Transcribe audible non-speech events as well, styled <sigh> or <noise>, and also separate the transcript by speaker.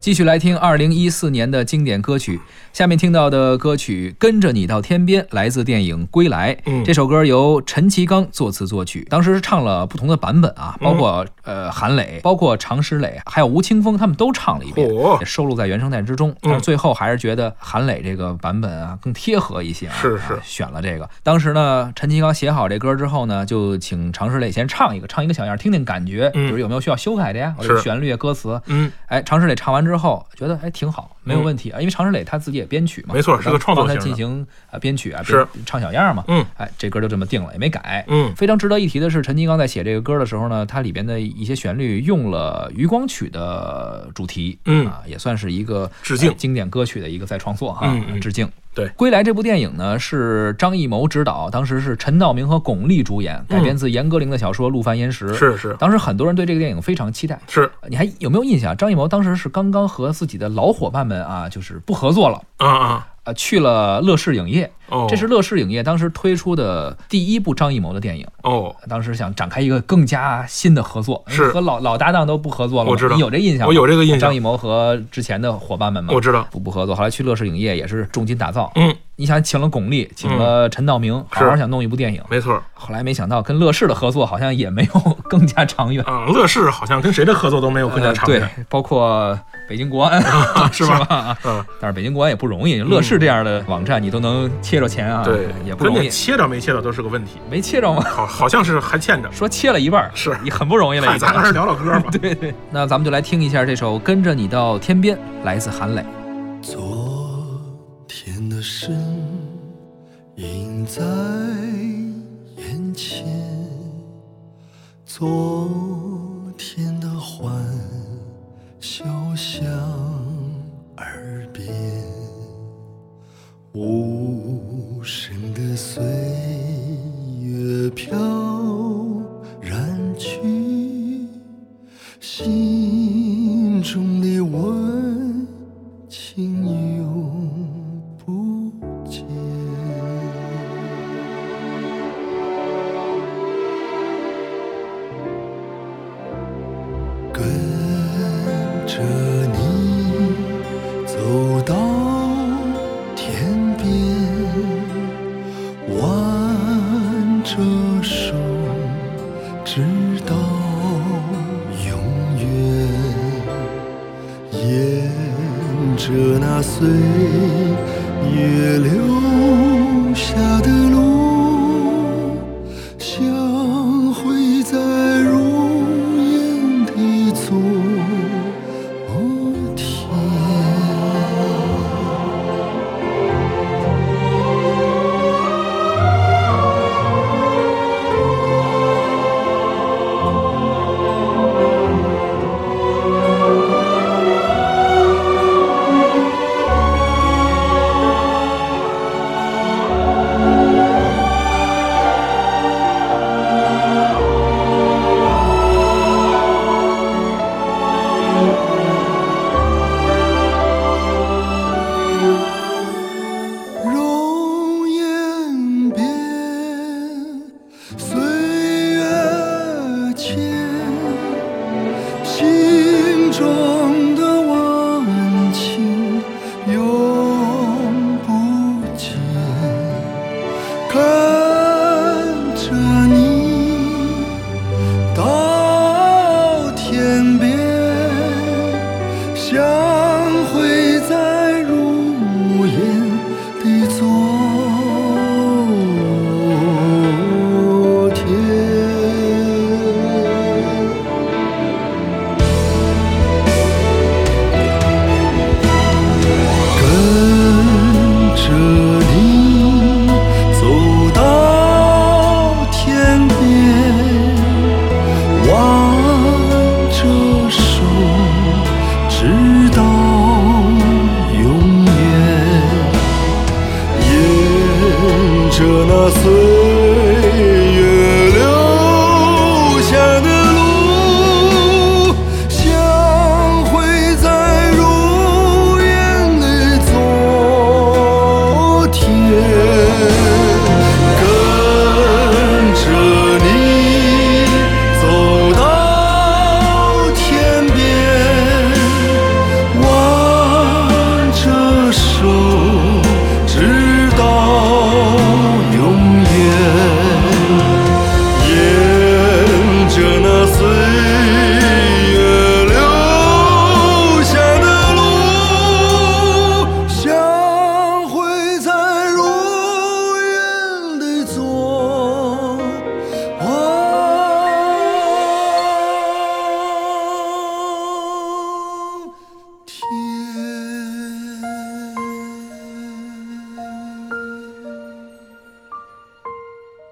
Speaker 1: 继续来听二零一四年的经典歌曲，下面听到的歌曲《跟着你到天边》来自电影《归来》。
Speaker 2: 嗯
Speaker 1: 这首歌由陈其刚作词作曲，当时是唱了不同的版本
Speaker 2: 嗯
Speaker 1: 啊，包括、呃韩磊，包括常石磊，还有吴青峰，他们都唱了一遍，
Speaker 2: 嚯嗯
Speaker 1: 也收录在原声带之中。但是最后还是觉得韩磊这个版本啊更贴合一些啊，
Speaker 2: 是是
Speaker 1: 啊选了这个。当时呢，陈其刚写好这歌之后呢，就请常石磊先唱一个，唱一个小样，听听感觉，
Speaker 2: 嗯
Speaker 1: 就是有没有需要修改的呀，或者
Speaker 2: 是
Speaker 1: 旋律啊、歌词。
Speaker 2: 嗯，
Speaker 1: 哎，常石磊唱完之后觉得哎挺好，没有问题啊，因为常石磊他自己也编曲嘛，
Speaker 2: 没错是个创作
Speaker 1: 帮
Speaker 2: 型
Speaker 1: 他
Speaker 2: 的
Speaker 1: 进行啊编曲啊，
Speaker 2: 是
Speaker 1: 编唱小样儿嘛，
Speaker 2: 嗯，
Speaker 1: 哎，这歌就这么定了，也没改。
Speaker 2: 嗯，
Speaker 1: 非常值得一提的是，陈金刚在写这个歌的时候呢，它里边的一些旋律用了余光曲的主题，
Speaker 2: 嗯
Speaker 1: 啊，也算是一个
Speaker 2: 致敬
Speaker 1: 呃经典歌曲的一个再创作哈、
Speaker 2: 嗯嗯
Speaker 1: 致敬。
Speaker 2: 对
Speaker 1: 《归来》这部电影呢，是张艺谋执导，当时是陈道明和巩俐主演，改编自严歌苓的小说《陆犯焉识》。
Speaker 2: 嗯是是
Speaker 1: 当时很多人对这个电影非常期待，
Speaker 2: 是
Speaker 1: 你还有没有印象？张艺谋当时是刚刚和自己的老伙伴们啊，就是不合作了，
Speaker 2: 啊啊
Speaker 1: 呃，去了乐视影业。
Speaker 2: 哦，
Speaker 1: 这是乐视影业当时推出的第一部张艺谋的电影。
Speaker 2: 哦，
Speaker 1: 当时想展开一个更加新的合作，
Speaker 2: 是
Speaker 1: 和老老搭档都不合作了嘛。
Speaker 2: 我知道
Speaker 1: 你有这印象吗？
Speaker 2: 我有这个印象
Speaker 1: 张艺谋和之前的伙伴们嘛，
Speaker 2: 我知道，
Speaker 1: 不不合作，后来去乐视影业也是重金打造。
Speaker 2: 嗯，
Speaker 1: 你想请了巩俐，请了陈道明，好好
Speaker 2: 是
Speaker 1: 想弄一部电影，
Speaker 2: 没错
Speaker 1: 后来没想到跟乐视的合作好像也没有 <laughs> 更加长远。
Speaker 2: 啊。乐视好像跟谁的合作都没有更加长
Speaker 1: 呃
Speaker 2: 远，
Speaker 1: 对，包括北京国安，
Speaker 2: <laughs> 是
Speaker 1: 吧？ <laughs>
Speaker 2: 吧
Speaker 1: 啊
Speaker 2: 嗯
Speaker 1: 但是北京国安也不容易，乐视这样的网站你都能切着钱啊，
Speaker 2: 对，
Speaker 1: 也不容
Speaker 2: 关
Speaker 1: 易
Speaker 2: 键，切着没切着都是个问题，
Speaker 1: 没切着吗？ <laughs>
Speaker 2: 好，好像是还欠着。
Speaker 1: 说切了一半儿，
Speaker 2: 是
Speaker 1: 也很不容易了，
Speaker 2: 嗨，
Speaker 1: 已
Speaker 2: 咱还是
Speaker 1: 经。
Speaker 2: 聊聊歌吧。
Speaker 1: <laughs> 对对，那咱们就来听一下这首《跟着你到天边》，来自韩磊。
Speaker 3: 昨天的身影在眼前，昨天的欢笑响耳边，无声的岁月飘然去，心中的温情永不减。跟着你走到天边，挽着手，直到永远。沿着那岁月留下的路，相会在如烟的昨天。容颜变，岁月迁，心中的温情永不减。看着你到天边，相会在如烟的昨天。跟着你走到天边。挽着手，直到永远。沿着那岁